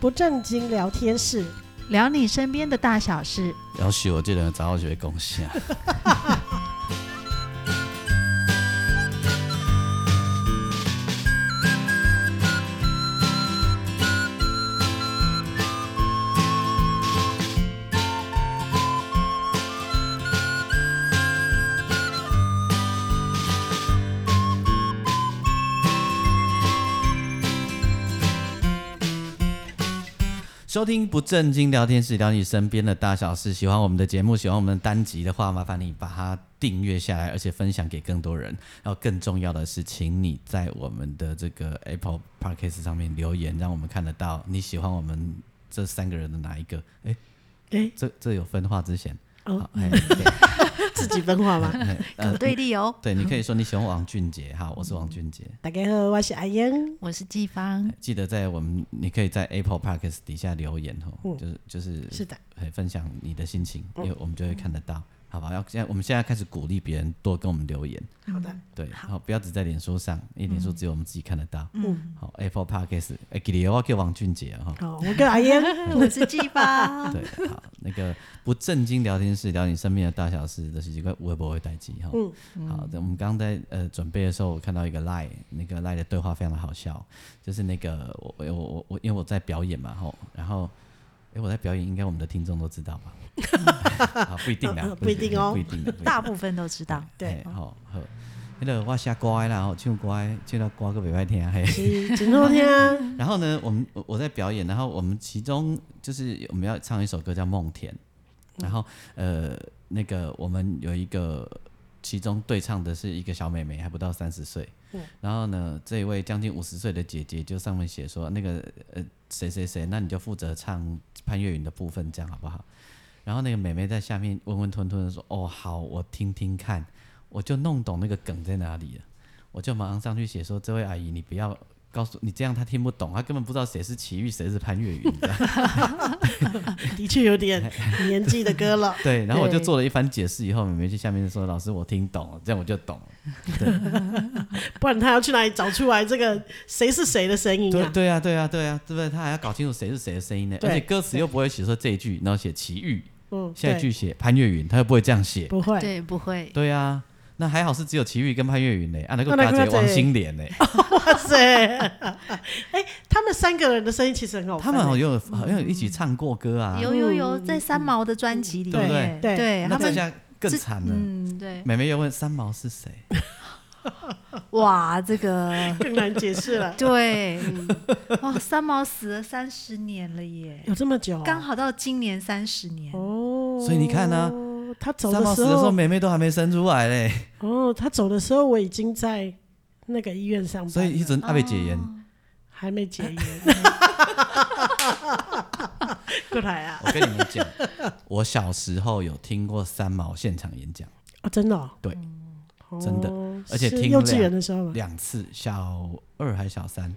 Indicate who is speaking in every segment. Speaker 1: 不正经聊天室，
Speaker 2: 聊你身边的大小事。
Speaker 3: 要许我这人早好就会贡献。收听不正经聊天室，聊你身边的大小事。喜欢我们的节目，喜欢我们的单集的话，麻烦你把它订阅下来，而且分享给更多人。然后更重要的是，请你在我们的这个 Apple Podcast 上面留言，让我们看得到你喜欢我们这三个人的哪一个。哎、
Speaker 1: 哎，
Speaker 3: 这这有分化之嫌。
Speaker 1: 哦
Speaker 3: 好，哎、对
Speaker 1: 自己分化 吗？
Speaker 3: 哎
Speaker 2: 有
Speaker 3: 呃，
Speaker 2: 对立哦。
Speaker 3: 对，你可以说你喜欢王 俊杰。好，
Speaker 1: 嗯
Speaker 3: 我是王俊杰。
Speaker 1: 大家好，我是阿英，
Speaker 2: 我是季 芳，
Speaker 3: 记得在我们，你可以在 Apple Podcast 底下留言哦，
Speaker 1: 嗯
Speaker 3: 就是就是
Speaker 1: 是的，
Speaker 3: 哎，分享你的心情，因为我们就会看得到，好吧？要现在我们现在开始鼓励别人多跟我们留言，
Speaker 1: 好的，
Speaker 3: 对，好，不要只在脸书上，因为脸书只有我们自己看得到。
Speaker 1: 嗯，
Speaker 3: 好，Apple Podcast，哎，给你的话叫王俊杰啊哈。
Speaker 1: 好，我跟阿英，
Speaker 2: 我是季
Speaker 1: 啊
Speaker 2: 芳。
Speaker 3: 对，好，那个不正经聊天室，聊你身边的大小事，这是一个微博会待机哈。
Speaker 1: 嗯
Speaker 3: 好的，我们刚刚在呃准备的时候，我看到一个 lie，那个 lie 的对话非常的好笑，就是那个我我我我因为我在表演嘛吼，然后哎我在表演，应该我们的听众都知道吧？ 啊，不一定啦，
Speaker 1: 不一定哦
Speaker 3: 不一定的，不一定
Speaker 2: 大部分都知道，
Speaker 1: 对
Speaker 3: 嘿好好，那个我写歌的啦吼，唱歌的唱到歌个袂歹听嘿。
Speaker 1: 是真好听啊，
Speaker 3: 然后呢，我们我我在表演，然后我们其中就是我们要唱一首歌叫《梦田》，然后呃，那个我们有一个其中对唱的是一个小妹妹，还不到三十岁
Speaker 1: 嗯。
Speaker 3: 然后呢，这一位将近五十岁的姐姐就上面写说，那个呃谁谁谁，那你就负责唱潘越云的部分，这样好不好？然后那个妹妹在下面温温吞吞的说：“哦，好，我听听看。”我就弄懂那个梗在哪里了，我就马上上去写说：“这位阿姨，你不要告诉你这样，她听不懂，她根本不知道谁是齐豫，谁是潘越云。你知道吗”
Speaker 1: 的确有点年纪的歌 了，
Speaker 3: 对，然后我就
Speaker 2: 对
Speaker 3: 做了一番解释以后，妹妹去下面说：“老师，我听懂了，这样我就懂了。
Speaker 1: 不然他要去哪里找出来这个谁是谁的声”音
Speaker 3: 对
Speaker 1: 啊？
Speaker 3: 对啊，对啊，对啊，对不对？她还要搞清楚谁是谁的声音呢，
Speaker 1: 对
Speaker 3: 而且歌词又不会写说这一句，然后写齐豫，
Speaker 1: 嗯，
Speaker 3: 下一句
Speaker 1: 对
Speaker 3: 写潘越云，她又不会这样写。
Speaker 1: 不会，
Speaker 2: 对，不会，
Speaker 3: 对啊，那还好是只有齐豫跟潘越云呢，啊，那个
Speaker 1: 啊那
Speaker 3: 大
Speaker 1: 个
Speaker 3: 姐
Speaker 1: 大姐
Speaker 3: 王心莲呢，
Speaker 1: 哇塞！ 哎、他们三个人的声音其实很好
Speaker 3: 他
Speaker 1: 分欸，
Speaker 3: 们好像有好像有一起唱过歌啊，
Speaker 2: 有有有，在三毛的专辑里
Speaker 3: 对不
Speaker 2: 面，
Speaker 1: 嗯对，
Speaker 2: 对
Speaker 3: 那
Speaker 2: 他
Speaker 3: 这
Speaker 2: 们，
Speaker 3: 下更惨了。
Speaker 2: 嗯，对，
Speaker 3: 妹妹又问三毛是谁，
Speaker 2: 哇，这个，
Speaker 1: 更难解释了
Speaker 2: 对， 哇，三毛死了三十年了耶，
Speaker 1: 有这么久、啊？
Speaker 2: 刚好到今年三十年，
Speaker 1: 哦，
Speaker 3: 所以你看啊，
Speaker 1: 他走
Speaker 3: 三毛
Speaker 1: 的
Speaker 3: 死
Speaker 1: 时
Speaker 3: 的时候，
Speaker 1: 候，
Speaker 3: 妹妹都还没生出来嘞，
Speaker 1: 哦，他走的时候我已经在那个医院上班了，
Speaker 3: 所以一直阿被解严。
Speaker 1: 还没解严。 过来啊！
Speaker 3: 我跟你们讲，我小时候有听过三毛现场演讲
Speaker 1: 哦，真的、哦，
Speaker 3: 对
Speaker 1: 哦，
Speaker 3: 真的而且
Speaker 1: 是
Speaker 3: 听
Speaker 1: 幼稚
Speaker 3: 量
Speaker 1: 园的时候嘛，
Speaker 3: 两次，小二还小三，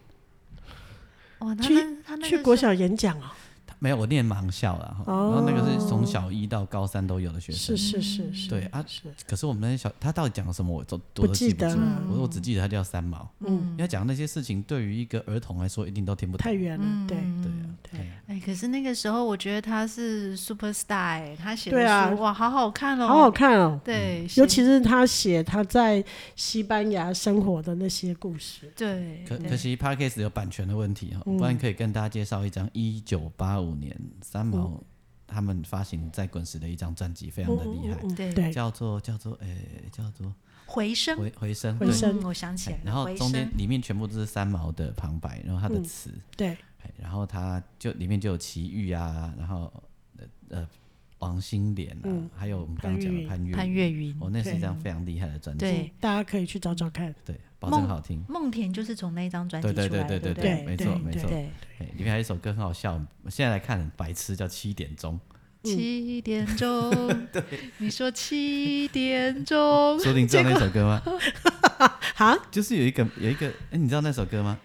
Speaker 2: 哇，他
Speaker 1: 去
Speaker 2: 那他那
Speaker 1: 去
Speaker 2: 个
Speaker 1: 国
Speaker 2: 时候
Speaker 1: 小演讲哦，
Speaker 3: 她没有我念盲校啦，哈然后那个是从小一到高三都有的学
Speaker 1: 是是
Speaker 3: 生。
Speaker 1: 是哦是，
Speaker 3: 对
Speaker 2: 嗯
Speaker 3: 啊，
Speaker 1: 是
Speaker 3: 可是我们那些小他到底讲了什么，我都我都
Speaker 1: 记
Speaker 3: 记不
Speaker 1: 得
Speaker 3: 住
Speaker 1: 了，
Speaker 3: 我我只记得他叫三毛。
Speaker 1: 嗯，
Speaker 3: 要讲那些事情，对于一个儿童来说，一定都听不懂
Speaker 1: 太。远
Speaker 2: 嗯
Speaker 1: 嗯了，对
Speaker 3: 对啊，对啊。
Speaker 2: 哎，可是那个时候我觉得他是 super star，哎他写的
Speaker 1: 对啊
Speaker 2: 书哇，好好看哦，
Speaker 1: 好好看哦，
Speaker 3: 嗯
Speaker 2: 对，写
Speaker 1: 尤其是他写他在西班牙生活的那些故事，
Speaker 2: 对，
Speaker 3: 可
Speaker 2: 对
Speaker 3: 可惜 p a r k a s 有版权的问题哈，
Speaker 1: 嗯
Speaker 3: 不然可以跟大家介绍一张一九八五年三毛
Speaker 1: 嗯
Speaker 3: 他们发行在滚石的一张专辑，非
Speaker 1: 哦
Speaker 3: 常的厉
Speaker 1: 嗯
Speaker 3: 害，
Speaker 2: 对
Speaker 1: 对，
Speaker 3: 叫做叫做诶、叫做
Speaker 2: 回声，
Speaker 3: 回回声
Speaker 1: 回
Speaker 3: 对
Speaker 1: 声
Speaker 2: 嗯我想起来
Speaker 3: 哎
Speaker 2: 了，
Speaker 3: 然后
Speaker 2: 回
Speaker 3: 中间
Speaker 2: 声
Speaker 3: 里面全部都是三毛的旁白，然后他的词，
Speaker 1: 对，
Speaker 3: 哎然后他就里面就有奇遇啊，然后呃呃王心莲啊，
Speaker 1: 嗯
Speaker 3: 还有我们刚刚讲的
Speaker 1: 潘
Speaker 3: 潘越
Speaker 2: 潘越云，
Speaker 3: 哦，那是
Speaker 1: 对
Speaker 3: 一张非常厉害的专辑，
Speaker 2: 对，
Speaker 1: 嗯大家可以去找找看，
Speaker 3: 对，保证
Speaker 2: 梦
Speaker 3: 好听，
Speaker 2: 梦田就是从那一张专辑
Speaker 3: 对
Speaker 2: 出来
Speaker 3: 对
Speaker 2: 的，对
Speaker 3: 对对对
Speaker 2: 不
Speaker 1: 对
Speaker 3: 没
Speaker 1: 对
Speaker 3: 错没
Speaker 1: 对
Speaker 3: 错。
Speaker 2: 对，
Speaker 3: 哎，里面还有一首歌很好笑，我现在来看很白痴，叫《七点钟
Speaker 2: 七点 钟，你说七点》。 钟，
Speaker 3: 说不定知道那首歌吗？
Speaker 1: 哈，
Speaker 3: 就是有一个有一个，哎，你知道那首歌吗？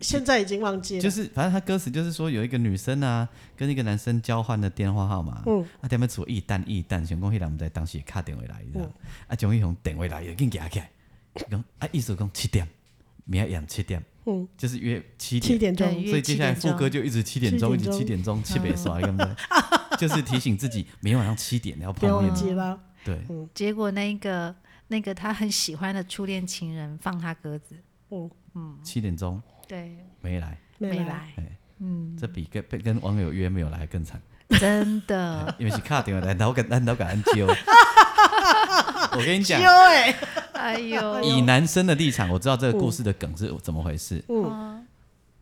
Speaker 1: 现在已经忘记了，
Speaker 3: 就是反正他歌词就是说有一个女生啊，跟一个男生交换的电话号码，
Speaker 1: 嗯
Speaker 3: 啊，他们处一单一单，想讲迄人毋知当时啊敲电话来，你知道？啊，终于用电话来，就紧举起来，讲啊，意思讲七点，明天养七点，
Speaker 1: 嗯，
Speaker 3: 就是约七
Speaker 1: 七
Speaker 3: 点。
Speaker 1: 点钟
Speaker 2: 对
Speaker 3: 所以接下来
Speaker 2: 约七点
Speaker 3: 副歌就一直七点钟，一直七
Speaker 1: 七
Speaker 3: 点钟，七北刷，对不对？就是提醒自己，每天晚上七点要
Speaker 1: 不
Speaker 3: 碰
Speaker 1: 要忘
Speaker 3: 面。
Speaker 1: 记了。
Speaker 3: 对，
Speaker 2: 结果那一个那个他很喜欢的初恋情人放他鸽子，
Speaker 1: 嗯，
Speaker 3: 七点钟
Speaker 2: 对，
Speaker 3: 没来，
Speaker 1: 没
Speaker 2: 没
Speaker 1: 来，
Speaker 2: 来，
Speaker 3: 这比跟被跟网友约没有来更惨。，
Speaker 2: 真的
Speaker 3: 因为是卡电话来，然后敢难道敢 揪？我跟你讲
Speaker 1: 有，哎，
Speaker 2: 哎呦，
Speaker 3: 以男生的立场，我知道这个故事的梗是怎么回事。
Speaker 1: 嗯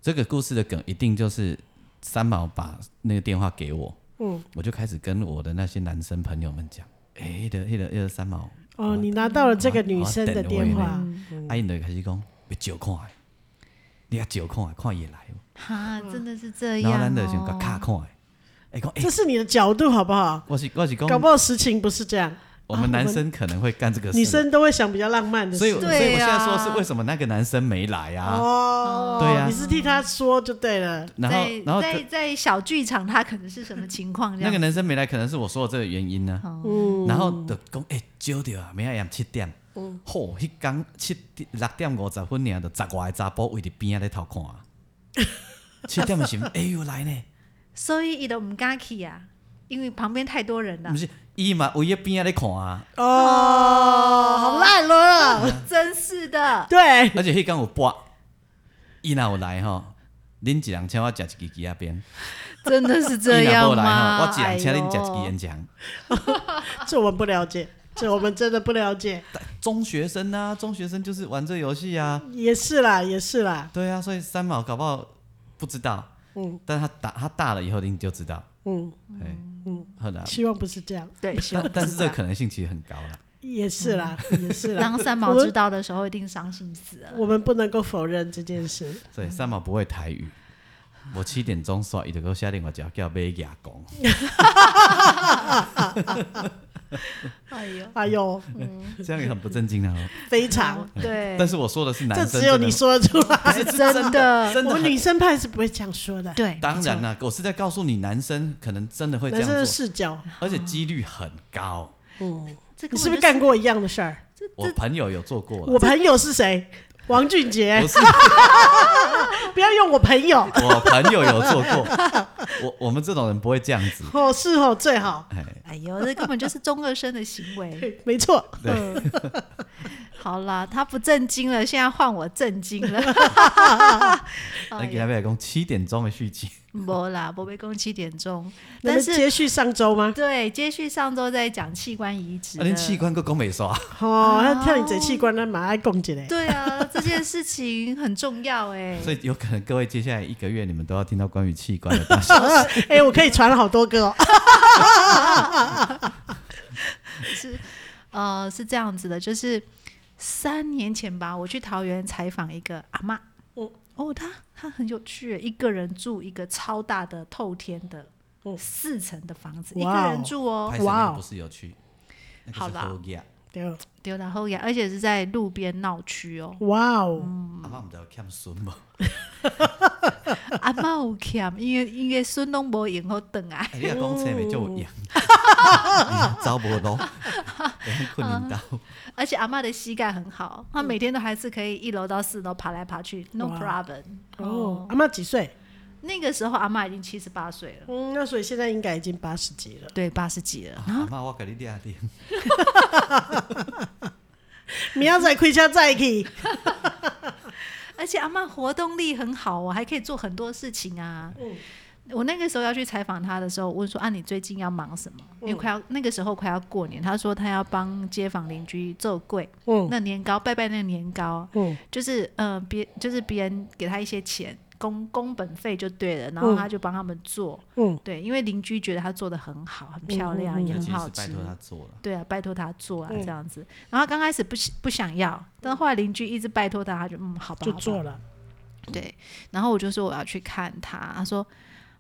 Speaker 3: 这个故事的梗一定就是三毛把那个电话给我，
Speaker 1: 嗯，
Speaker 3: 我就开始跟我的那些男生朋友们讲，哎、那个那个那个三毛，
Speaker 1: 哦，你拿到了这个女生的电
Speaker 3: 我要
Speaker 1: 话，
Speaker 3: 阿啊英就开始讲，要借看的，你要借看的，看伊来哦。
Speaker 2: 哈，真的是这
Speaker 3: 然后
Speaker 2: 样
Speaker 3: 咱就想甲
Speaker 2: 哦，
Speaker 3: 卡看的，哎讲哎，
Speaker 1: 哎这是你的角度好不好？
Speaker 3: 我是我是
Speaker 1: 搞
Speaker 3: 讲
Speaker 1: 不，好实情不是这样，
Speaker 3: 我们男生可能会干这个事，
Speaker 1: 女生都会想比较浪漫的
Speaker 3: 所以
Speaker 1: 事。
Speaker 3: 我所以
Speaker 2: 对
Speaker 3: 我现在说
Speaker 2: 啊
Speaker 3: 是为什么那个男生没来啊？
Speaker 1: 哦，
Speaker 3: 对啊
Speaker 1: 你是替她说就对了。
Speaker 3: 然后
Speaker 2: 在
Speaker 3: 然后
Speaker 2: 在
Speaker 3: 就
Speaker 2: 在小剧场他可能是什么情况这
Speaker 3: 那
Speaker 2: 样哦
Speaker 3: 个？男生没来，可能是我说的这个原因呢。
Speaker 1: 嗯，
Speaker 3: 然后就讲，哎、招到啊，明仔夜七点，吼、迄工七点六点五十分尔，就十外个查甫围伫边仔咧偷看啊。七点的时候，哎呦来 呢，
Speaker 2: 所以伊都唔敢去啊，因为旁边太多人了
Speaker 3: 毋，是伊嘛围在边仔咧看啊，
Speaker 1: 哦，好烂了，
Speaker 2: 哦 真是的，
Speaker 1: 对，
Speaker 3: 而且迄工有播，伊若有来吼，恁一人请我食一支鸡仔鞭，
Speaker 2: 真的是
Speaker 3: 伊
Speaker 2: 这
Speaker 3: 若无
Speaker 2: 样
Speaker 3: 来
Speaker 2: 吗？
Speaker 3: 吼，我一人请恁食一支
Speaker 2: 哎呦
Speaker 3: 烟肠。
Speaker 1: 这我们不了解，这我们真的不了解。
Speaker 3: 中学生啊，中学生就是玩这游戏啊，
Speaker 1: 也是啦，也是啦，
Speaker 3: 对啊，所以三毛搞不好不知道，
Speaker 1: 嗯
Speaker 3: 但他大他大了以后你就知道，
Speaker 1: 嗯，
Speaker 3: 哎，
Speaker 1: 嗯
Speaker 3: 嗯，好的，
Speaker 1: 希望不是这样，
Speaker 2: 对，希望
Speaker 3: 但
Speaker 2: 不
Speaker 3: 但
Speaker 2: 知
Speaker 3: 是这
Speaker 2: 道
Speaker 3: 可能性其实很高了。
Speaker 1: 也是啦，也是啦。
Speaker 2: 当三毛知道的时候，一定伤心死了。
Speaker 1: 我们不能够否认这件事。
Speaker 3: 对，三毛不会台语，我七点钟刷，伊就给我下另外叫叫买牙 工，
Speaker 2: 哎呦，
Speaker 1: 哎呦，
Speaker 3: 这样也很不正经啊。
Speaker 1: 非常，
Speaker 2: 哦对，
Speaker 3: 但是我说的是男
Speaker 1: 这
Speaker 3: 生，
Speaker 1: 只有你
Speaker 3: 真的
Speaker 1: 说得出来，
Speaker 2: 是真的，
Speaker 3: 真的
Speaker 1: 我
Speaker 3: 很
Speaker 1: 女生派是不会这样说的。
Speaker 2: 对，
Speaker 3: 当然啦，我是在告诉你，男生可能真的会这
Speaker 1: 男
Speaker 3: 样
Speaker 1: 生的
Speaker 3: 做，
Speaker 1: 视角，
Speaker 3: 而且几率很高。
Speaker 1: 嗯，
Speaker 2: 这个
Speaker 1: 你是不是干过一样的事儿？
Speaker 3: 我朋友有做过
Speaker 1: 我
Speaker 3: 了，
Speaker 1: 朋友是 谁？王俊杰
Speaker 3: 不，是
Speaker 1: 不要用我朋友，
Speaker 3: 我朋友有做过，我我们这种人不会这样子。
Speaker 1: 哦，是哦，最好，
Speaker 3: 哎，
Speaker 2: 哎呦，这根本就是中二生的行 为。
Speaker 1: 对没错，
Speaker 3: 对，
Speaker 2: 好啦，他不震惊了，现在换我震惊了。哦哎
Speaker 3: 那给他们讲七点钟的续集，
Speaker 2: 没啦，不被攻七点钟，
Speaker 1: 那
Speaker 2: 但
Speaker 1: 们
Speaker 2: 是
Speaker 1: 接续上周吗？
Speaker 2: 对，接续上周在讲器官移植
Speaker 3: 啊，
Speaker 2: 的
Speaker 3: 连器官个讲 没刷，
Speaker 1: 哦，他跳你这器官，那马上供起来。
Speaker 2: 对啊，这件事情很重要哎、
Speaker 3: 所以有可能各位接下来一个月你们都要听到关于器官的 东西。
Speaker 1: 哎、我可以传好多个哦。
Speaker 2: 是呃是这样子的，就是三年前吧，我去桃园采访一个阿嬷，
Speaker 1: 嗯
Speaker 2: 哦，她她很有趣欸耶，一个人住一个超大的透天的
Speaker 1: 嗯
Speaker 2: 四层的房子，一
Speaker 1: 哇哦
Speaker 2: 个人住哦，
Speaker 3: 拍摄那个不是有趣，那个
Speaker 2: 好
Speaker 3: 是
Speaker 2: 啦
Speaker 3: 后裔啊
Speaker 1: 对哦，。
Speaker 2: 丢到后院，而且是在路边闹区哦
Speaker 1: 哇哦，
Speaker 2: 嗯
Speaker 3: 阿妈唔知有欠孙无？
Speaker 2: 阿嬷有欠，因为因为孙拢无闲好等啊，
Speaker 3: 哎，你若讲车咪就有赢，
Speaker 2: 哦
Speaker 3: 嗯走无 路，会困难到。
Speaker 2: 而且阿嬷的膝盖很好，她每天都还是可以一楼到四楼爬来爬去，no
Speaker 1: 哦哇
Speaker 2: problem。
Speaker 1: 哦，阿妈几岁？
Speaker 2: 那个时候阿嬷已经七十八岁了，
Speaker 1: 嗯，那所以现在应该已经八十几了。
Speaker 2: 对，八十几了。
Speaker 3: 阿妈，我给你抓点，
Speaker 2: 嗯
Speaker 1: 明仔载开车载去，
Speaker 2: 而且阿嬷活动力很好哦，还可以做很多事情啊。我那个时候要去采访她的时候，我问说啊，你最近要忙什么？因为快要那个时候快要过年，她说她要帮街坊邻居做柜，
Speaker 1: 嗯
Speaker 2: 那年糕拜拜那个年糕，
Speaker 1: 嗯
Speaker 2: 就是呃别就是别人给她一些钱。工工本费就对了，然后她就帮他们做，
Speaker 1: 嗯，
Speaker 2: 对，因为邻居觉得她做的很好，很漂亮，也
Speaker 3: 尤
Speaker 2: 很
Speaker 3: 其
Speaker 2: 好
Speaker 3: 是
Speaker 2: 吃。
Speaker 3: 拜托他 做了。
Speaker 2: 对啊，拜托他做啊，这
Speaker 1: 嗯
Speaker 2: 样子。然后刚开始不喜不想要，但后来邻居一直拜托他，他就嗯，好吧，
Speaker 1: 就
Speaker 2: 好吧
Speaker 1: 做了。
Speaker 2: 对，然后我就说我要去看他，他说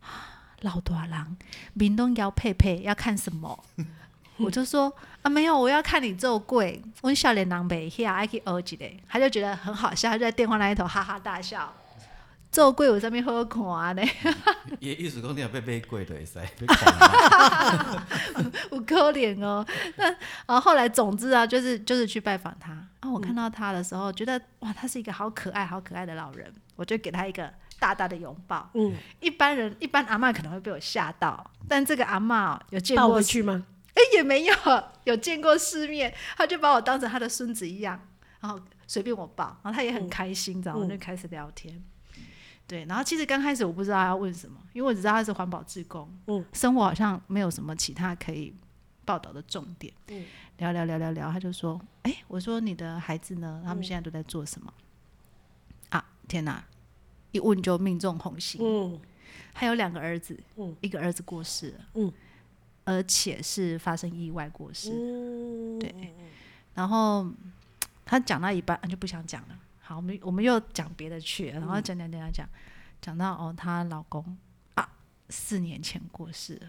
Speaker 2: 啊老大郎，明东要佩佩要看 什么？我就说啊没有，我要看你做柜，问笑脸狼北下 I K O 几嘞，他就觉得很好笑，他就在电话那一头哈哈大笑。做鬼有啥物好看啊嘞？
Speaker 3: 也艺术工地被被 贵的也塞，被狂啊
Speaker 2: 有可怜哦。那啊，后来总之啊，就是就是去拜访他啊。我看
Speaker 1: 嗯
Speaker 2: 到他的时候，觉得哇，他是一个好可爱、好可爱的老人，我就给他一个大大的拥抱。
Speaker 1: 嗯，
Speaker 2: 一般人一般阿嬷可能会被我吓到，但这个阿嬷哦有见
Speaker 1: 抱
Speaker 2: 过
Speaker 1: 回，去吗？
Speaker 2: 哎、也没有有见过世面，他就把我当成他的孙子一样，然后随便我抱，然后他也
Speaker 1: 嗯
Speaker 2: 很开心，然后我就开始聊天。对，然后其实刚开始我不知道要问什么，因为我只知道他是环保志工，
Speaker 1: 嗯，
Speaker 2: 生活好像没有什么其他可以报道的重点，
Speaker 1: 嗯，
Speaker 2: 聊聊聊聊聊，他就说，哎、我说你的孩子呢？
Speaker 1: 嗯
Speaker 2: 他们现在都在做什么？啊，天哪！一问就命中红心，
Speaker 1: 嗯，
Speaker 2: 还有两个儿子，
Speaker 1: 嗯
Speaker 2: 一个儿子过世了，
Speaker 1: 嗯
Speaker 2: 而且是发生意外过世，
Speaker 1: 嗯
Speaker 2: 对然后嗯他讲到一半就不想讲了。好，我们我们又讲别的去
Speaker 1: 嗯
Speaker 2: 了，然后讲讲讲讲讲，讲到哦，她老公啊，四年前过世了，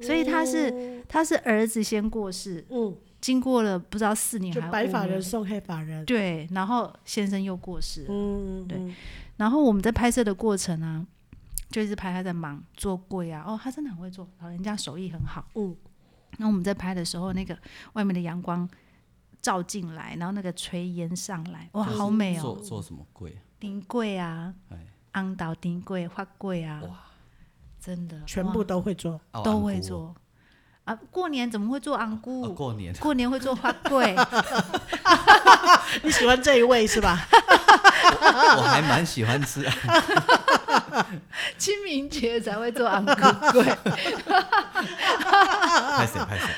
Speaker 2: 所以她是、
Speaker 1: 哦
Speaker 2: 她是儿子先过世，
Speaker 1: 嗯，
Speaker 2: 经过了不知道四年
Speaker 1: 就
Speaker 2: 还
Speaker 1: 白
Speaker 2: 五
Speaker 1: 发人
Speaker 2: 年
Speaker 1: 送黑发人，
Speaker 2: 对，然后先生又过世了，
Speaker 1: 嗯，
Speaker 2: 对
Speaker 1: 嗯，
Speaker 2: 然后我们在拍摄的过程啊，就一直拍他在忙做柜啊，哦，他真的很会做，老人家手艺很好。
Speaker 1: 嗯，
Speaker 2: 那我们在拍的时候，那个外面的阳光照进来，然后那个炊烟上来，哇，
Speaker 3: 就是
Speaker 2: 好美
Speaker 3: 做
Speaker 2: 哦！
Speaker 3: 做什么贵？
Speaker 2: 丁柜啊
Speaker 3: 哎，
Speaker 2: 昂岛丁柜、花柜啊，真的
Speaker 1: 全部
Speaker 2: 哇
Speaker 1: 都会做，
Speaker 3: 啊
Speaker 2: 都会。做啊！过年怎么会做昂
Speaker 3: 我安姑哦啊
Speaker 2: 菇？
Speaker 3: 过年
Speaker 2: 过年会做花柜，
Speaker 1: 你喜欢这一位是吧？
Speaker 3: 我还蛮喜欢 吃 啊，
Speaker 2: 清明节才会做昂菇柜。
Speaker 3: 拍谁拍谁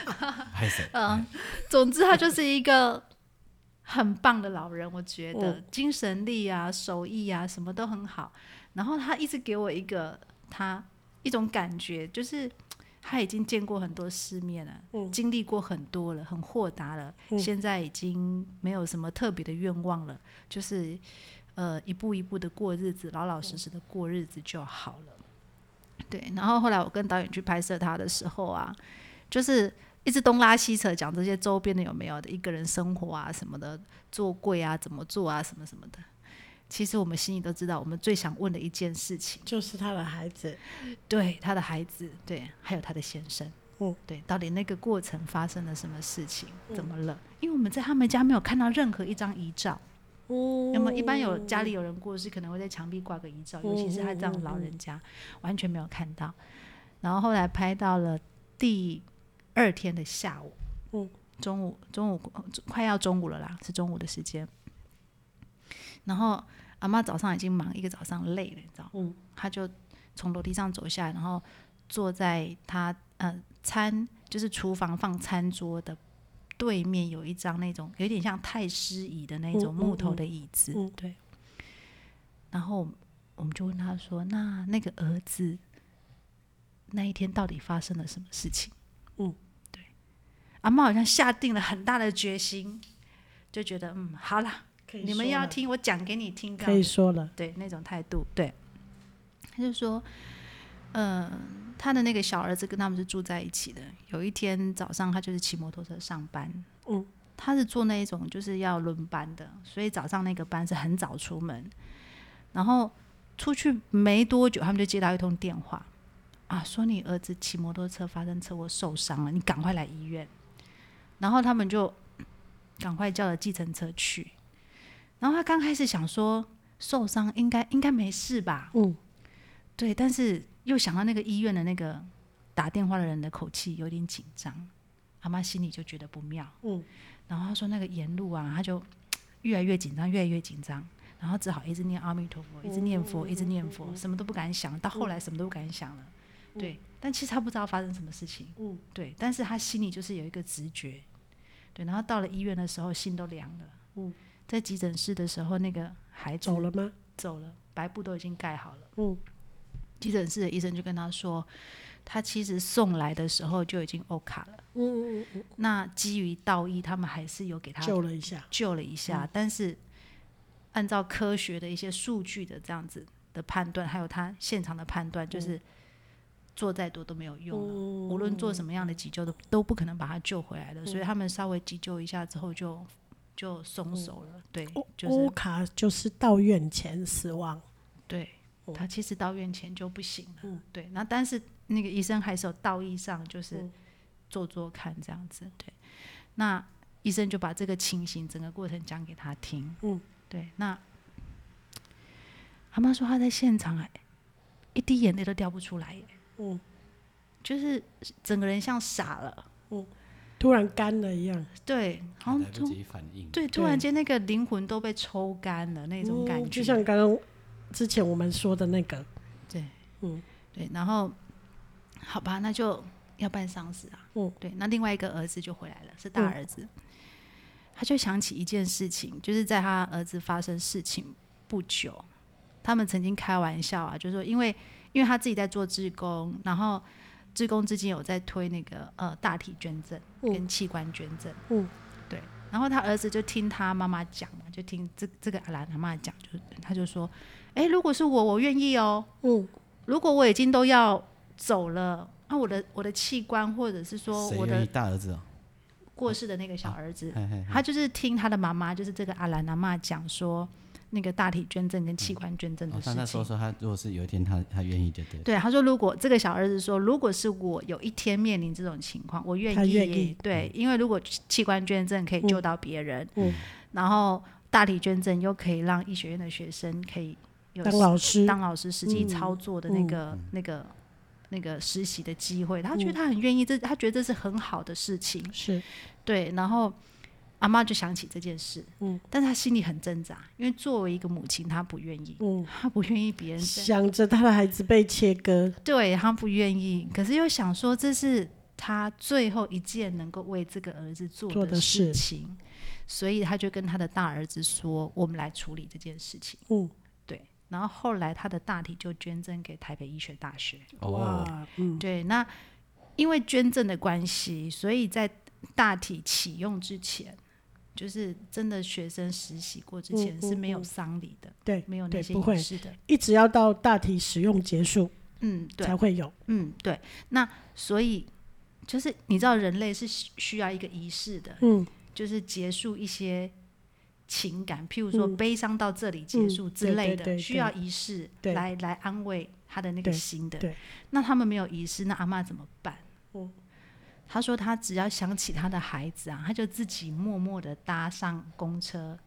Speaker 3: 拍谁。
Speaker 2: 嗯， 总之他就是一个很棒的老人，我觉得、精神力啊、手艺啊什么都很好。然后他一直给我一个他一种感觉，就是他已经见过很多世面了，经历过很多了，很豁达了，现在已经没有什么特别的愿望了，就是呃一步一步的过日子，老老实实的过日子就好了。对，然后后来我跟导演去拍摄他的时候啊，就是一直东拉西扯讲这些周边的有没有的，一个人生活啊什么的，做柜啊怎么做啊什么什么的。其实我们心里都知道，我们最想问的一件事情，
Speaker 1: 就是他的孩子，
Speaker 2: 对他的孩子，对，还有他的先生，
Speaker 1: 嗯，
Speaker 2: 对，到底那个过程发生了什么事情，怎么了？因为我们在他们家没有看到任何一张遗照，
Speaker 1: 嗯
Speaker 2: 那么一般有家里有人过世，可能会在墙壁挂个遗照，尤其是他这样老
Speaker 1: 嗯
Speaker 2: 人家，完全没有看到。然后后来拍到了第二天的下午，
Speaker 1: 嗯，
Speaker 2: 中午中午呃快要中午了啦，是中午的时间。然后阿妈早上已经忙一个早上累了，你知道，嗯，她就从楼梯上走下来，然后坐在她呃餐就是厨房放餐桌的对面有一张那种有点像太师椅的那种
Speaker 1: 嗯嗯
Speaker 2: 木头的椅子，
Speaker 1: 嗯
Speaker 2: 对。然后我们就问他说：“那那个儿子那一天到底发生了什么事情？”
Speaker 1: 嗯，
Speaker 2: 对。阿妈好像下定了很大的决心，就觉得嗯，好啦，
Speaker 1: 可以
Speaker 2: 你们
Speaker 1: 说
Speaker 2: 要
Speaker 1: 了
Speaker 2: 听我讲给你听，
Speaker 1: 可以说了，
Speaker 2: 对那种态度，对，他就说，嗯、他的那个小儿子跟他们是住在一起的。有一天早上，他就是骑摩托车上班，
Speaker 1: 嗯，
Speaker 2: 他是做那一种就是要轮班的，所以早上那个班是很早出门，然后出去没多久，他们就接到一通电话，啊，说你儿子骑摩托车发生车祸受伤了，你赶快来医院。然后他们就赶快叫了计程车去。然后他刚开始想说受伤应该应该没事吧，
Speaker 1: 嗯，
Speaker 2: 对，但是又想到那个医院的那个打电话的人的口气有点紧张，阿妈心里就觉得不妙，
Speaker 1: 嗯，
Speaker 2: 然后他说那个沿路啊，他就越来越紧张，越来越紧张。然后只好一直念阿弥陀佛，一直念
Speaker 1: 嗯
Speaker 2: 佛，一直念佛，什么都不敢想，到后来什么都不敢想了。对，但其实他不知道发生什么事情。
Speaker 1: 嗯，
Speaker 2: 对，但是他心里就是有一个直觉。对，然后到了医院的时候，心都凉了。
Speaker 1: 嗯，
Speaker 2: 在急诊室的时候，那个孩子
Speaker 1: 走了吗？
Speaker 2: 走了，白布都已经盖好了。
Speaker 1: 嗯，
Speaker 2: 急诊室的医生就跟他说，他其实送来的时候就已经 O 卡了。
Speaker 1: 嗯嗯嗯，
Speaker 2: 那基于道义，他们还是有给他
Speaker 1: 救了一下，
Speaker 2: 救了一下，但是按照科学的一些数据的这样子的判断，还有他现场的判断，就是做再多都没有用了。无论做什么样的急救都都不可能把他救回来的，所以他们稍微急救一下之后就就松手了。对，
Speaker 1: 欧
Speaker 2: 就是
Speaker 1: 欧卡就是到院前死亡，
Speaker 2: 对
Speaker 1: 哦
Speaker 2: 他其实到院前就不行了，
Speaker 1: 嗯
Speaker 2: 对。那但是那个医生还是有道义上就是
Speaker 1: 嗯
Speaker 2: 做做看这样子，对。那医生就把这个情形整个过程讲给他听，
Speaker 1: 嗯，
Speaker 2: 对。那阿妈说她在现场哎，一滴眼泪都掉不出来耶，
Speaker 1: 嗯，
Speaker 2: 就是整个人像傻了，
Speaker 1: 突然干了一样，
Speaker 2: 对，好
Speaker 3: 来
Speaker 2: 像
Speaker 3: 不
Speaker 2: 突
Speaker 3: 及反应，
Speaker 2: 对突然间那个灵魂都被抽干了那
Speaker 1: 嗯
Speaker 2: 种感觉，
Speaker 1: 就像刚刚之前我们说的那个，
Speaker 2: 对，
Speaker 1: 嗯，
Speaker 2: 对，然后好吧，那就要办丧事啊。
Speaker 1: 嗯，
Speaker 2: 对，那另外一个儿子就回来了，是大儿子，他就想起一件事情，就是在他儿子发生事情不久，他们曾经开玩笑啊，就是说因为因为他自己在做志工，然后志工之间有在推那个呃大体捐赠
Speaker 1: 嗯
Speaker 2: 跟器官捐赠，
Speaker 1: 嗯，
Speaker 2: 对，然后他儿子就听他妈妈讲嘛，就听这这个阿兰他妈讲，就他就说，哎，如果是我，我愿意哦，
Speaker 1: 嗯，
Speaker 2: 如果我已经都要走了，那、我的我的器官或者是说
Speaker 3: 谁
Speaker 2: 我
Speaker 3: 愿意
Speaker 2: 的
Speaker 3: 大儿子哦？
Speaker 2: 过世的那个小儿子，
Speaker 3: 嘿嘿嘿
Speaker 2: 他就是听他的妈妈，就是这个阿兰阿妈讲说那个大体捐赠跟器官捐赠的
Speaker 3: 哦，
Speaker 2: 事
Speaker 3: 他那时
Speaker 2: 情。
Speaker 3: 候说他如果是有一天他他愿意就对了，
Speaker 2: 对，他说如果这个小儿子说，如果是我有一天面临这种情况，我愿
Speaker 1: 他
Speaker 2: 意耶，
Speaker 1: 愿意
Speaker 2: 对，
Speaker 3: 嗯
Speaker 2: 因为如果器官捐赠可以救到别人，
Speaker 1: 嗯
Speaker 2: 然后大体捐赠又可以让医学院的学生可以有
Speaker 1: 当老师，
Speaker 2: 当老师实际
Speaker 1: 嗯
Speaker 2: 操作的那个、那个那个实习的机会，
Speaker 1: 嗯
Speaker 2: 他觉得他很愿意，这他觉得这是很好的事情，
Speaker 1: 是，
Speaker 2: 对。然后阿妈就想起这件事，
Speaker 1: 嗯，
Speaker 2: 但是她心里很挣扎，因为作为一个母亲，她不愿意，
Speaker 1: 嗯，
Speaker 2: 她不愿意别人这样
Speaker 1: 想着他的孩子被切割，
Speaker 2: 对她不愿意，可是又想说这是她最后一件能够为这个儿子做
Speaker 1: 做的
Speaker 2: 事
Speaker 1: 事
Speaker 2: 情，所以她就跟她的大儿子说：“我们来处理这件事情。”
Speaker 1: 嗯，
Speaker 2: 对。然后后来她的大体就捐赠给台北医学大学。
Speaker 3: 哦，
Speaker 1: 哇，嗯，
Speaker 2: 对，那因为捐赠的关系，所以在大体启用之前，就是真的学生实习过之前
Speaker 1: 嗯
Speaker 2: 是没有
Speaker 1: 嗯
Speaker 2: 丧礼的，
Speaker 1: 对，
Speaker 2: 没有那
Speaker 1: 对
Speaker 2: 些
Speaker 1: 不
Speaker 2: 仪
Speaker 1: 会
Speaker 2: 式的。
Speaker 1: 一直要到大体使用结束
Speaker 2: 嗯，对
Speaker 1: 才，会有，
Speaker 2: 嗯，对。那所以就是你知道，人类是需需要一个仪式的，
Speaker 1: 嗯，
Speaker 2: 就是结束一些情感，譬如说
Speaker 1: 嗯
Speaker 2: 悲伤到这里结束
Speaker 1: 嗯
Speaker 2: 之
Speaker 1: 对
Speaker 2: 类
Speaker 1: 对
Speaker 2: 的，
Speaker 1: 对
Speaker 2: 需
Speaker 1: 对
Speaker 2: 要仪式
Speaker 1: 对
Speaker 2: 来来安慰他的那个
Speaker 1: 对
Speaker 2: 心的。
Speaker 1: 对
Speaker 2: 那他们没有仪式，那阿嬷怎么办？
Speaker 1: 嗯
Speaker 2: 他说他只要想起他的孩子啊，他就自己默默的搭上公车，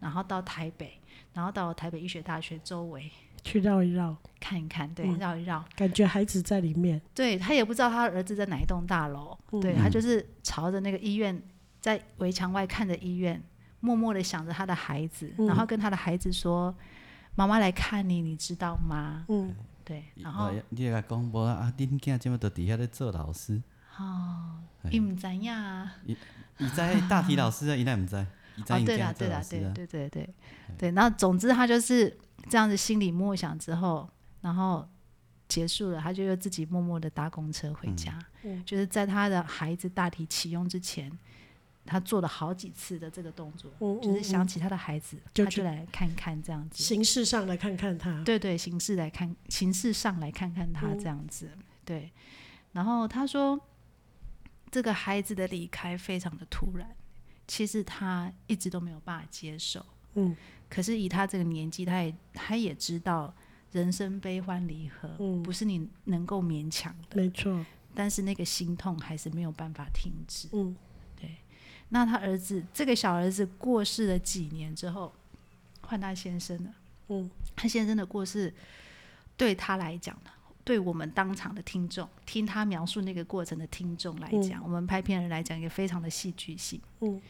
Speaker 2: 然后到台北，然后到台北医学大学周围
Speaker 1: 去绕一绕，
Speaker 2: 看一看，对，
Speaker 1: 嗯
Speaker 2: 绕一绕。
Speaker 1: 感觉孩子在里面，
Speaker 2: 对他也不知道他儿子在哪一栋大楼，
Speaker 1: 嗯
Speaker 2: 对他就是朝着那个医院，在围墙外看着医院，默默的想着他的孩子，
Speaker 1: 嗯
Speaker 2: 然后跟他的孩子说：“妈妈来看你，你知道吗
Speaker 1: 嗯，？”
Speaker 2: 对，然后
Speaker 3: 我哦你甲讲无啊，恁囝即马都伫遐咧做老 师，
Speaker 2: 哦，
Speaker 3: 哎
Speaker 2: 伊唔知影啊，
Speaker 3: 伊知大体老师啊，伊哪毋知？伊知
Speaker 2: 哦，
Speaker 3: 伊
Speaker 2: 对
Speaker 3: 囝
Speaker 2: 啦，
Speaker 3: 做
Speaker 2: 对
Speaker 3: 老
Speaker 2: 啦，
Speaker 3: 师
Speaker 2: 对
Speaker 3: 啊，
Speaker 2: 对对对对，然后总之他就是这样子心里默想之后，然后结束了，他就又自己默默的搭公车回家，
Speaker 1: 嗯嗯
Speaker 2: 就是在他的孩子大体启用之前，他做了好几次的这个动作，
Speaker 1: 嗯
Speaker 2: 就是
Speaker 1: 嗯
Speaker 2: 想起他的孩子，
Speaker 1: 就
Speaker 2: 他
Speaker 1: 去
Speaker 2: 就来看看这样子，
Speaker 1: 形式上来看看他，
Speaker 2: 对对，形式来看，形式上来看看他
Speaker 1: 嗯
Speaker 2: 这样子，对。然后他说，这个孩子的离开非常的突然，其实他一直都没有办法接受。
Speaker 1: 嗯
Speaker 2: 可是以他这个年纪，他也他也知道人生悲欢离合，
Speaker 1: 嗯
Speaker 2: 不是你能够勉强的，
Speaker 1: 没错，
Speaker 2: 但是那个心痛还是没有办法停止。
Speaker 1: 嗯
Speaker 2: 那他儿子这个小儿子过世了几年之后，换他先生了。
Speaker 1: 嗯
Speaker 2: 他先生的过世，对他来讲呢，对我们当场的听众，听他描述那个过程的听众来讲，我们拍片人来讲也非常的戏剧性。
Speaker 1: 嗯，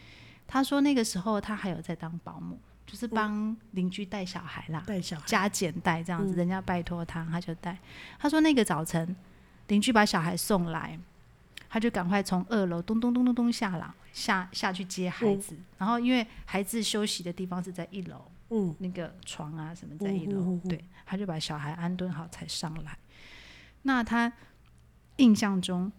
Speaker 2: 他说那个时候他还有在当保姆，就是帮邻居带小孩啦，
Speaker 1: 带小孩，
Speaker 2: 加减带这样子，
Speaker 1: 嗯
Speaker 2: 人家拜托他，他就带。他说那个早晨，邻居把小孩送来，他就赶快从二楼咚咚咚咚咚下来，下下去接孩子。然后因为孩子休息的地方是在一楼，
Speaker 1: 嗯
Speaker 2: 那个床啊什么在一
Speaker 1: 嗯嗯
Speaker 2: 楼，
Speaker 1: 嗯嗯
Speaker 2: 对，他就把小孩安顿好才上来。那他印象中，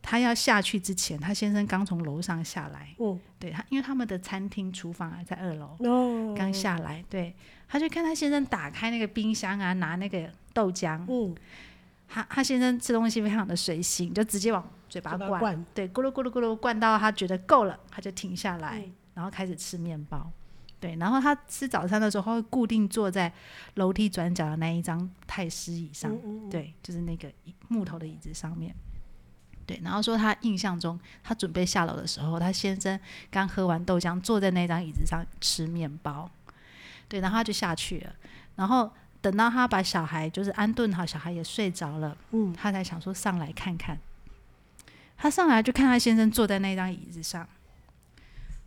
Speaker 2: 他要下去之前，他先生刚从楼上下来，
Speaker 1: 嗯，
Speaker 2: 对他，因为他们的餐厅厨房啊在二楼，
Speaker 1: 哦，
Speaker 2: 刚下来，对，他就看他先生打开那个冰箱啊，拿那个豆浆，
Speaker 1: 嗯，
Speaker 2: 他他先生吃东西非常的随性，就直接往嘴巴
Speaker 1: 嘴巴
Speaker 2: 灌，
Speaker 1: 灌
Speaker 2: 对，咕噜咕噜咕噜灌到他觉得够了，他就停下来，
Speaker 1: 嗯
Speaker 2: 然后开始吃面包。对，然后他吃早餐的时候，他会固定坐在楼梯转角的那一张太师椅上，
Speaker 1: 嗯
Speaker 2: 对，就是那个椅木头的椅子上面。对，然后说他印象中，他准备下楼的时候，他先生刚喝完豆浆，坐在那张椅子上吃面包。对，然后他就下去了，然后等到他把小孩就是安顿好，小孩也睡着了，
Speaker 1: 嗯
Speaker 2: 他才想说上来看看。他上来就看他先生坐在那张椅子上，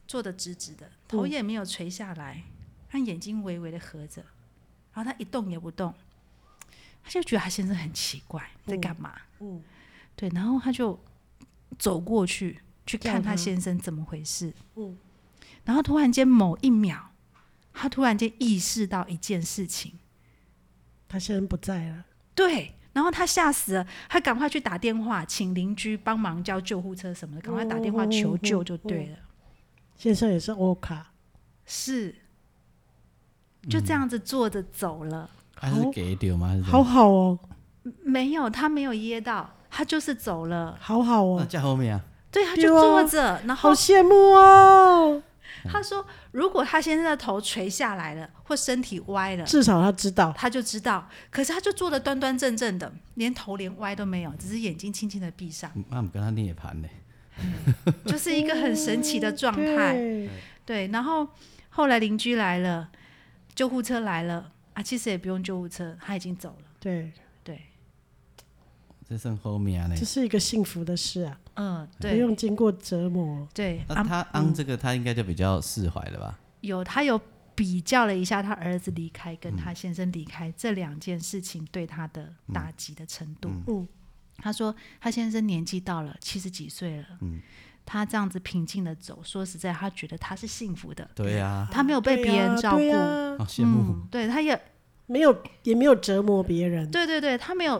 Speaker 2: 坐得直直的，头
Speaker 1: 嗯
Speaker 2: 也没有垂下来，他眼睛微微的合着，然后他一动也不动，他就觉得他先生很奇怪，在干嘛？
Speaker 1: 嗯
Speaker 2: 对，然后他就走过去去
Speaker 1: 叫
Speaker 2: 看他
Speaker 1: 他
Speaker 2: 先生怎么回事。
Speaker 1: 嗯
Speaker 2: 然后突然间某一秒，他突然间意识到一件事情，
Speaker 1: 他现在不在了，
Speaker 2: 对，然后他吓死了，他赶快去打电话请邻居帮忙叫救护车什么的，赶快打电话求救就对了。
Speaker 1: 先生也是欧卡，
Speaker 2: 是，就这样子坐着走了，
Speaker 3: 啊他是给丢吗？还是怎
Speaker 1: 好
Speaker 3: 样
Speaker 1: 好哦，
Speaker 2: 没有，他没有噎到，他就是走了。
Speaker 1: 好好
Speaker 3: 那
Speaker 1: 哦，
Speaker 3: 在后面啊，
Speaker 2: 对，他就
Speaker 1: 对啊
Speaker 2: 坐着，然
Speaker 1: 好
Speaker 2: 后
Speaker 1: 羡慕哦。
Speaker 2: 他说，如果他先生的头垂下来了，或身体歪了。
Speaker 1: 至少他知道，
Speaker 2: 他就知道，可是他就坐得端端正正的，连头连歪都没有，只是眼睛轻轻的闭 上，
Speaker 3: 那我们跟他涅盘呢？
Speaker 2: 就是一个很神奇的状态。
Speaker 1: 对，
Speaker 2: 对，然后后来邻居来了，救护车来了啊，其实也不用救护车，他已经走了。
Speaker 1: 对，
Speaker 2: 对，
Speaker 3: 这剩后面呢
Speaker 1: 这？是一个幸福的事啊，
Speaker 2: 嗯，
Speaker 1: 不
Speaker 2: 对
Speaker 1: 用经过折磨。
Speaker 2: 对，
Speaker 3: 那
Speaker 2: 啊，
Speaker 3: 他安这个，他应该就比较释怀了吧？
Speaker 2: 有他有比较了一下他儿子离开跟
Speaker 1: 嗯
Speaker 2: 他先生离开、这两件事情对他的打击的程度。
Speaker 1: 嗯
Speaker 2: 他说他先生年纪到了，七十几岁了，
Speaker 1: 嗯
Speaker 2: 他这样子平静的走，说实在，他觉得他是幸福的，
Speaker 3: 对呀，
Speaker 2: 他没有被
Speaker 1: 啊对
Speaker 2: 别人
Speaker 1: 呀
Speaker 2: 照顾。
Speaker 1: 对呀
Speaker 3: 好羡慕。
Speaker 2: 嗯，对，他也
Speaker 1: 没有也没有折磨别人，
Speaker 2: 对对对，他没有，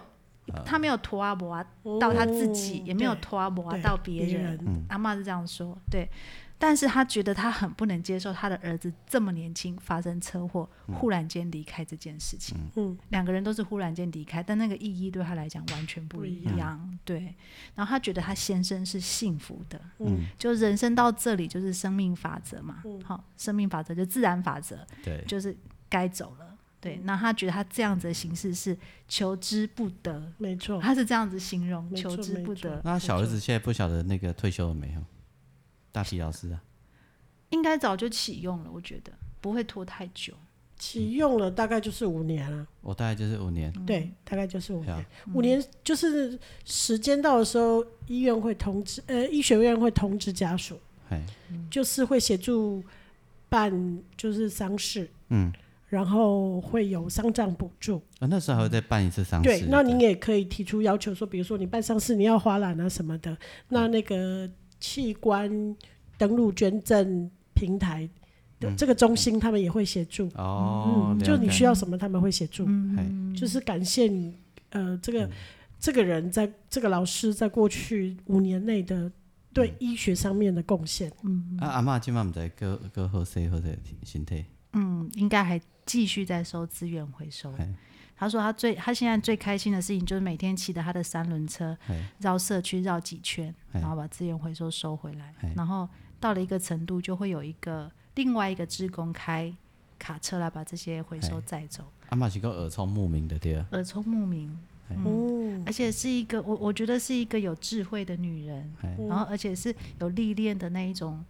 Speaker 1: 啊
Speaker 2: 他没有拖阿伯啊到他自己，也没有拖阿伯啊
Speaker 1: 嗯对
Speaker 2: 到别
Speaker 1: 别
Speaker 2: 人。阿妈是这样说，对。但是他觉得他很不能接受他的儿子这么年轻发生车祸，忽然间离开这件事情。
Speaker 1: 嗯，
Speaker 2: 两个人都是忽然间离开，但那个意义对他来讲完全不一样。对，然后他觉得他先生是幸福的，
Speaker 1: 嗯，
Speaker 2: 就人生到这里就是生命法则嘛，好，生命法则就自然法则，
Speaker 3: 对，
Speaker 2: 就是该走了。对，那他觉得他这样子的形式是求之不得，
Speaker 1: 没错，
Speaker 2: 他是这样子形容，
Speaker 1: 没
Speaker 2: 求
Speaker 1: 错
Speaker 2: 之
Speaker 1: 没
Speaker 2: 不
Speaker 1: 错
Speaker 2: 得，
Speaker 3: 那他小儿子现在不晓得那个退休了没有？大皮老师啊，
Speaker 2: 应该早就启用了，我觉得不会拖太久。
Speaker 1: 启用了大概就是五年了、
Speaker 3: 我大概就是五年，
Speaker 1: 对，大概就是五
Speaker 3: 嗯对啊
Speaker 1: 年，五年就是时间到的时候，医院会通知，呃，医学院会通知家属，
Speaker 3: 嘿，
Speaker 1: 就是会协助办就是丧事，
Speaker 3: 嗯，
Speaker 1: 然后会有丧葬补助，
Speaker 3: 啊那时候还会再办一次丧事。
Speaker 1: 对，那您也可以提出要求说，比如说你办丧事你要花篮啊什么的，
Speaker 3: 嗯
Speaker 1: 那那个器官登录捐赠平台的这个中心，他们也会协助。
Speaker 3: 嗯
Speaker 1: 嗯
Speaker 3: 哦，
Speaker 1: 就你需
Speaker 3: 要，
Speaker 1: 要什么，他们会协助，
Speaker 3: 嘿，
Speaker 1: 就是感谢你，呃，这
Speaker 3: 嗯
Speaker 1: 个、这个人在这个老师在过去五年内
Speaker 3: 嗯
Speaker 1: 的对医学上面的贡献，
Speaker 3: 啊阿嬷今晚唔知个个好势好势身体，
Speaker 2: 嗯，应该还继续在收资源回收。
Speaker 3: 嘿，
Speaker 2: 他说他最他现在最开心的事情就是每天骑着他的三轮车
Speaker 3: 嘿，
Speaker 2: 绕社区绕几圈，
Speaker 3: 嘿
Speaker 2: 然后把资源回收收回来
Speaker 3: 嘿，
Speaker 2: 然后到了一个程度就会有一个另外一个职工开卡车来把这些回收载走，
Speaker 3: 阿嬷是个耳聪目明的对啊，
Speaker 2: 耳聪目明，
Speaker 1: 嗯，
Speaker 2: 而且是一个我我觉得是一个有智慧的女人，
Speaker 3: 嘿，
Speaker 2: 然后而且是有历练的那一种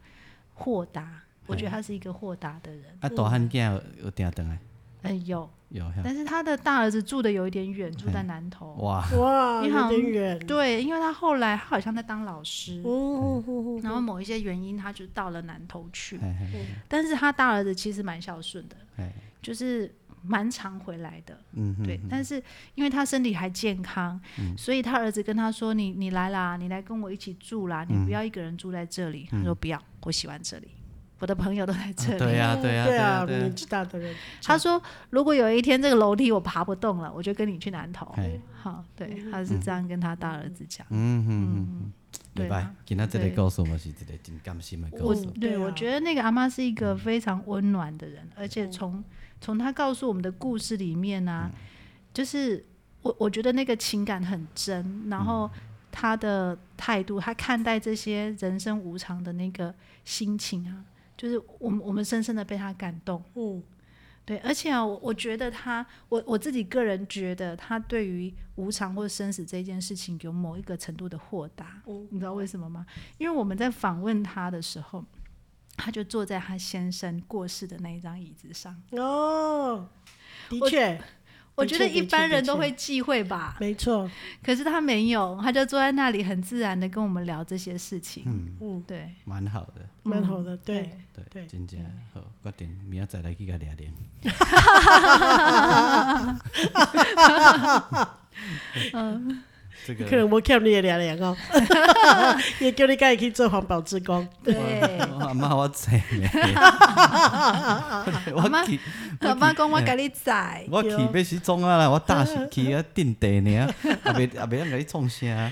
Speaker 2: 豁达，我觉得她是一个豁达的人。
Speaker 3: 啊大汉囝有有定等来，
Speaker 2: 嗯，有，
Speaker 3: 有吓，
Speaker 2: 但是她的大儿子住的有一点远，住在南投。
Speaker 3: 哇，
Speaker 1: 哦哇，
Speaker 2: 你好
Speaker 1: 有点远，
Speaker 2: 对，因为她后来她好像在当老师，
Speaker 3: 哦
Speaker 1: 嗯，嗯
Speaker 2: 然后某一些原因，她就到了南投去。
Speaker 3: 嘿嘿
Speaker 2: 但是她大儿子其实蛮孝顺的，
Speaker 3: 嘿，
Speaker 2: 就是蛮常回来的。
Speaker 3: 嗯哼，嗯
Speaker 2: 对，但是因为他身体还健康，所以他儿子跟他说：“你你来啦，你来跟我一起住啦，
Speaker 3: 嗯
Speaker 2: 你不要一个人住在这里。他说：“不要，我喜欢这里，我的朋友都在这里。
Speaker 3: 啊对呀 对呀
Speaker 1: 对
Speaker 3: 呀
Speaker 1: 啊，
Speaker 3: 对呀
Speaker 1: 年，纪大的人，
Speaker 2: 他说：“如果有一天这个楼梯我爬不动了，我就跟你去南头。
Speaker 3: 嘿，”
Speaker 2: 好，对，他是这样跟他大儿子讲。
Speaker 3: 嗯哼哼哼，
Speaker 2: 对
Speaker 3: 明白
Speaker 2: 啊。
Speaker 3: 今仔这
Speaker 2: 对
Speaker 3: 个故事我是一个真感性的故
Speaker 2: 我
Speaker 3: 事，
Speaker 2: 对
Speaker 1: 对啊
Speaker 2: 我觉得那个阿妈是一个非常温暖的人，而且从从她告诉我们的故事里面呢、啊，就是我我觉得那个情感很真，然后她的态度，她看待这些人生无常的那个心情啊，就是我们我们深深的被他感动。
Speaker 1: 嗯
Speaker 2: 对，而且啊，我我觉得他，我我自己个人觉得他对于无常或生死这件事情有某一个程度的豁达，
Speaker 1: 嗯
Speaker 2: 你知道为什么吗？因为我们在访问他的时候，他就坐在他先生过世的那一张椅子上。
Speaker 1: 哦，的
Speaker 2: 我
Speaker 1: 确，
Speaker 2: 我
Speaker 1: 的
Speaker 2: 觉
Speaker 1: 确
Speaker 2: 得一
Speaker 1: 的确
Speaker 2: 般
Speaker 1: 的
Speaker 2: 人都
Speaker 1: 确
Speaker 2: 会忌讳吧，
Speaker 1: 没错，
Speaker 2: 可是他没有，他就坐在那里很自然的跟我们聊这些事情。
Speaker 1: 嗯，
Speaker 2: 对，
Speaker 3: 蛮好的，
Speaker 1: 蛮
Speaker 2: 嗯
Speaker 1: 好的，对，对
Speaker 3: 对，真正好，决定明仔载来去甲掠练。 这个
Speaker 1: 可能我看你也聊聊 哦，也叫你家己去做环保志工，
Speaker 2: 对。
Speaker 3: 我阿妈我知 呢，我
Speaker 2: 嬷
Speaker 3: 去
Speaker 2: 阿妈讲我给你宰，
Speaker 3: 我去要是总啊啦，我大是去啊定地呢，啊也袂也袂当甲你创啥。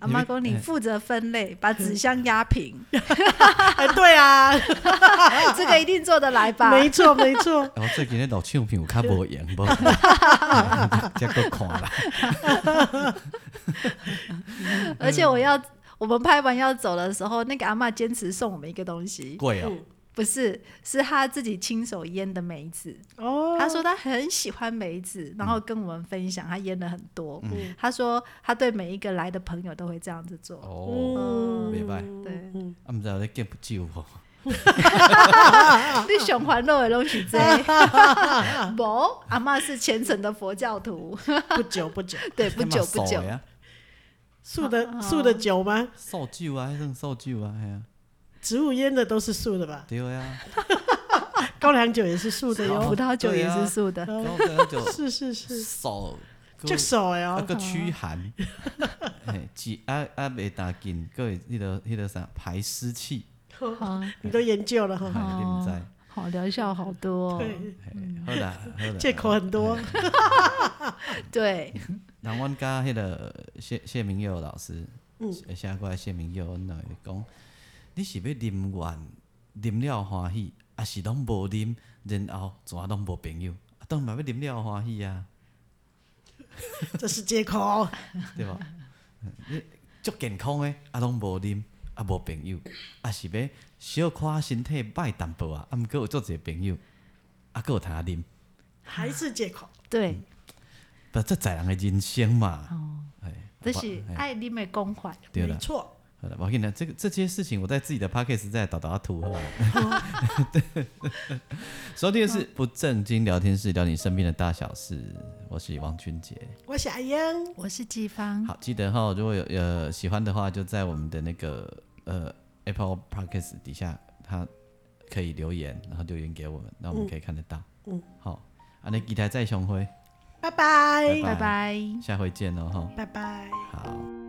Speaker 2: 阿妈讲你负责分类，把纸箱压 平，
Speaker 1: 哎，对 啊，
Speaker 2: 这个一定做得来吧？
Speaker 1: 没错没错，
Speaker 3: 我最近咧录唱片有较无闲无，才搁看啦。
Speaker 2: 而且我要我们拍完要走的时候，那个阿嬷坚持送我们一个东西，
Speaker 3: 贵哦，
Speaker 2: 不是，是她自己亲手腌的梅子。
Speaker 1: 哦，
Speaker 2: 她说她很喜欢梅子，然后跟我们分享她腌了很多。她说她对每一个来的朋友都会这样子做。
Speaker 3: 哦，
Speaker 1: 嗯
Speaker 3: 袂歹。
Speaker 2: 对，
Speaker 3: 啊，毋知有咧结不酒无？
Speaker 2: 你想环肉的东西这，无阿嬷是虔诚的佛教徒，
Speaker 1: 不久不 久，
Speaker 2: 对，不久
Speaker 3: 那
Speaker 2: 不
Speaker 3: 嘛素
Speaker 2: 久
Speaker 3: 的，
Speaker 1: 素
Speaker 3: 啊，
Speaker 1: 的素的酒吗？
Speaker 3: 素酒啊，迄种素酒啊，嘿啊，
Speaker 1: 植物烟的都是素的吧？
Speaker 3: 对啊，
Speaker 1: 高粱酒也是素的
Speaker 3: 哦
Speaker 1: 哟，
Speaker 2: 葡萄酒也
Speaker 3: 对
Speaker 2: 是
Speaker 3: 啊
Speaker 2: 素的。
Speaker 3: 然后可能就是
Speaker 1: 是是，
Speaker 3: 素，
Speaker 1: 就手哎
Speaker 3: 啊
Speaker 1: 哦，
Speaker 3: 个驱寒，嘿，几啊啊袂打紧，个会迄个迄个啥排湿气，
Speaker 2: 好，
Speaker 1: 你都研究了
Speaker 3: 嘿
Speaker 1: 哈，
Speaker 3: 你毋知？
Speaker 2: 好疗效好多、哦。
Speaker 1: 对，
Speaker 3: 嘿好啦，好啦。
Speaker 1: 借口很多，
Speaker 2: 对，
Speaker 3: 人阮甲迄个谢谢明佑老师，
Speaker 2: 嗯
Speaker 3: 写写过来谢明佑，阮就会讲，你是要啉完，啉了欢喜，啊是拢无啉，然后全拢无朋友，啊当然嘛要啉了欢喜啊，
Speaker 1: 这是借口，
Speaker 3: 对无？嗯你足健康诶，啊拢无啉，啊无朋友，啊是要小可身体歹淡薄啊，啊毋过有足侪朋友，啊佫有通啉，
Speaker 1: 还是借口，
Speaker 2: 对，
Speaker 3: 不这在人诶人生嘛，
Speaker 2: 哦，
Speaker 3: 哎，
Speaker 2: 这是
Speaker 3: 哎
Speaker 2: 爱你的光环。
Speaker 3: 对
Speaker 1: 没
Speaker 3: 啦。
Speaker 1: 错，
Speaker 3: 好了，我跟你讲，这个这些事情我在自己的 podcast 在打打图 啊。收听的是不正经聊天室，聊你身边的大小事。我是王俊杰。
Speaker 1: 我是阿英，
Speaker 2: 我是季芳，
Speaker 3: 好，记得哈，如果有呃喜欢的话，就在我们的那个呃 Apple podcast 底下，它可以留言，然后留言给我们，那我们可以看得到。嗯，好，啊，那吉台再雄辉，
Speaker 1: 拜拜，
Speaker 2: 拜拜。
Speaker 3: 下回见喽哈。
Speaker 1: 拜拜。
Speaker 3: 好。